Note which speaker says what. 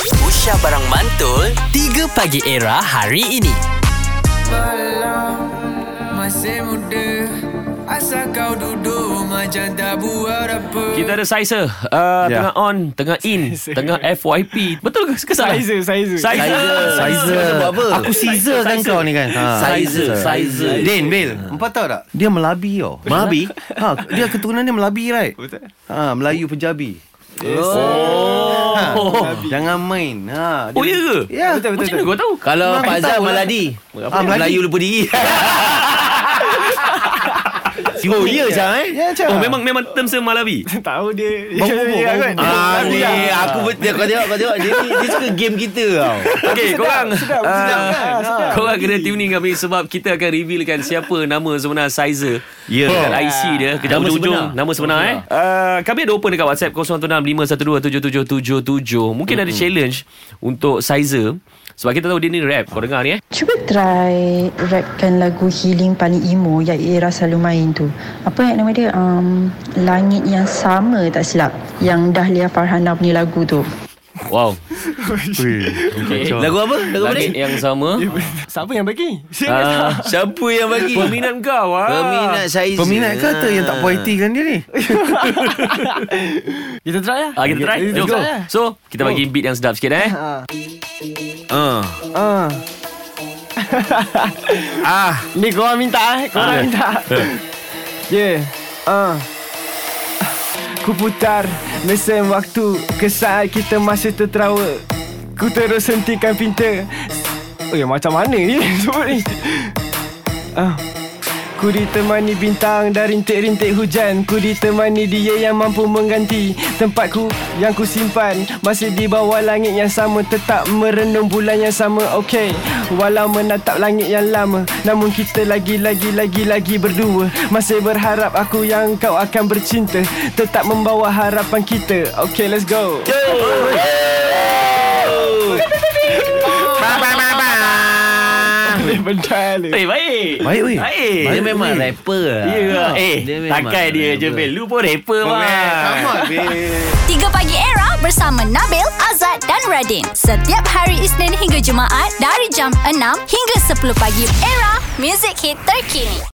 Speaker 1: Aisyah Barang Mantul 3 Pagi Era hari ini
Speaker 2: Malam masih muda Asal kau duduk macam tak buat apa
Speaker 3: Kita ada Sizer uh,
Speaker 4: Ya.
Speaker 3: Tengah on Tengah in Tengah FYP Betul ke kesalahan?
Speaker 5: Sizer, sizer.
Speaker 3: Sizer
Speaker 4: Sizer buat apa?
Speaker 6: Aku Caesar kan kau ni kan ha.
Speaker 4: Sizer Sizer
Speaker 6: Din, Bil Empat tahu tak Dia Melabi tau Melabi? ha, dia keturunan dia Melabi right Betul ha, Melayu Penjabi Oh, ha, Jangan main ha,
Speaker 3: Oh ya ke?
Speaker 6: Ya betul,
Speaker 3: Macam mana kau tahu?
Speaker 4: Kalau
Speaker 6: Memang
Speaker 4: Pak
Speaker 6: tak
Speaker 4: Zah
Speaker 6: boleh.
Speaker 4: Meladi
Speaker 6: Ah, Meladi.
Speaker 4: Melayu lupa diri
Speaker 6: Oh ya Cam eh Ya Cam
Speaker 3: Oh memang memang terms dia Malawi
Speaker 5: Tahu dia.
Speaker 6: Bau-bau,
Speaker 5: Ya,
Speaker 6: bau-bau.
Speaker 5: kan?
Speaker 4: Ah,
Speaker 5: Tapi
Speaker 4: ni
Speaker 5: dah.
Speaker 4: aku bet- dia kau tengok kau tengok dia ni dia suka game kita tau.
Speaker 3: Okay korang
Speaker 5: sedap,
Speaker 3: ah,
Speaker 5: sedap kan? Sedap.
Speaker 3: Korang kena tune in kami Sebab kita akan revealkan Siapa nama sebenar Sizer
Speaker 4: Ya.
Speaker 3: Dan IC dia Kita
Speaker 4: Nama
Speaker 3: hujung-hujung
Speaker 4: sebenar.
Speaker 3: Nama sebenar eh uh, Kami ada open dekat WhatsApp 0165127777 Mungkin ada challenge Untuk Sizer Sebab kita tahu dia ni rap Kau dengar ni eh
Speaker 7: Cuba try rapkan lagu healing paling emo yang Era selalu main tu. Apa yang nama dia? Um, Langit yang sama tak silap. Yang Dahlia Farhana punya lagu tu.
Speaker 3: Wow okay.
Speaker 4: Lagu apa? Lagu apa ni?
Speaker 3: Langit yang sama
Speaker 5: Ya, Siapa yang bagi?
Speaker 3: Ah,
Speaker 4: Siapa yang bagi?
Speaker 3: Peminat kau ah.
Speaker 4: Peminat Sizer.
Speaker 6: Peminat ke tu yang tak poetik kan dia ni
Speaker 5: Kita try lah.
Speaker 3: Ah, kita try Jom
Speaker 5: try lah.
Speaker 3: So kita bagi beat yang sedap sikit eh
Speaker 4: Ah.
Speaker 5: Ah.
Speaker 4: Ah.
Speaker 5: Ni korang minta
Speaker 3: Ah,
Speaker 5: eh. Korang
Speaker 3: ya.
Speaker 5: minta. yeah. Ah. Ku putar mesin waktu ke saat kita masih terterawa. Ku terus hentikan pinta. Oh ya macam mana ni sebut ni? Ah. Ku ditemani bintang dan rintik-rintik hujan Ku ditemani dia yang mampu mengganti Tempatku yang ku simpan Masih di bawah langit yang sama Tetap merenung bulan yang sama Okay Walau menatap langit yang lama Namun kita lagi-lagi-lagi-lagi berdua Masih berharap aku yang kau akan bercinta Tetap membawa harapan kita Okay let's go
Speaker 4: Ba ba ba ba.
Speaker 5: Bentar ni
Speaker 3: Eh baik
Speaker 6: Baik, weh.
Speaker 3: Baik
Speaker 4: Dia memang
Speaker 6: Baik.
Speaker 4: rapper lah.
Speaker 3: Ya ke? Eh
Speaker 4: Dia memang
Speaker 3: Takai dia je
Speaker 4: rapper.
Speaker 3: Bil Lu pun rapper
Speaker 4: Come
Speaker 3: mah
Speaker 4: on, babe.
Speaker 8: 3 Pagi Era bersama Nabil, Azad dan Radin. Setiap hari Isnin hingga Jumaat dari jam 6 hingga 10 pagi. Era, music hit terkini.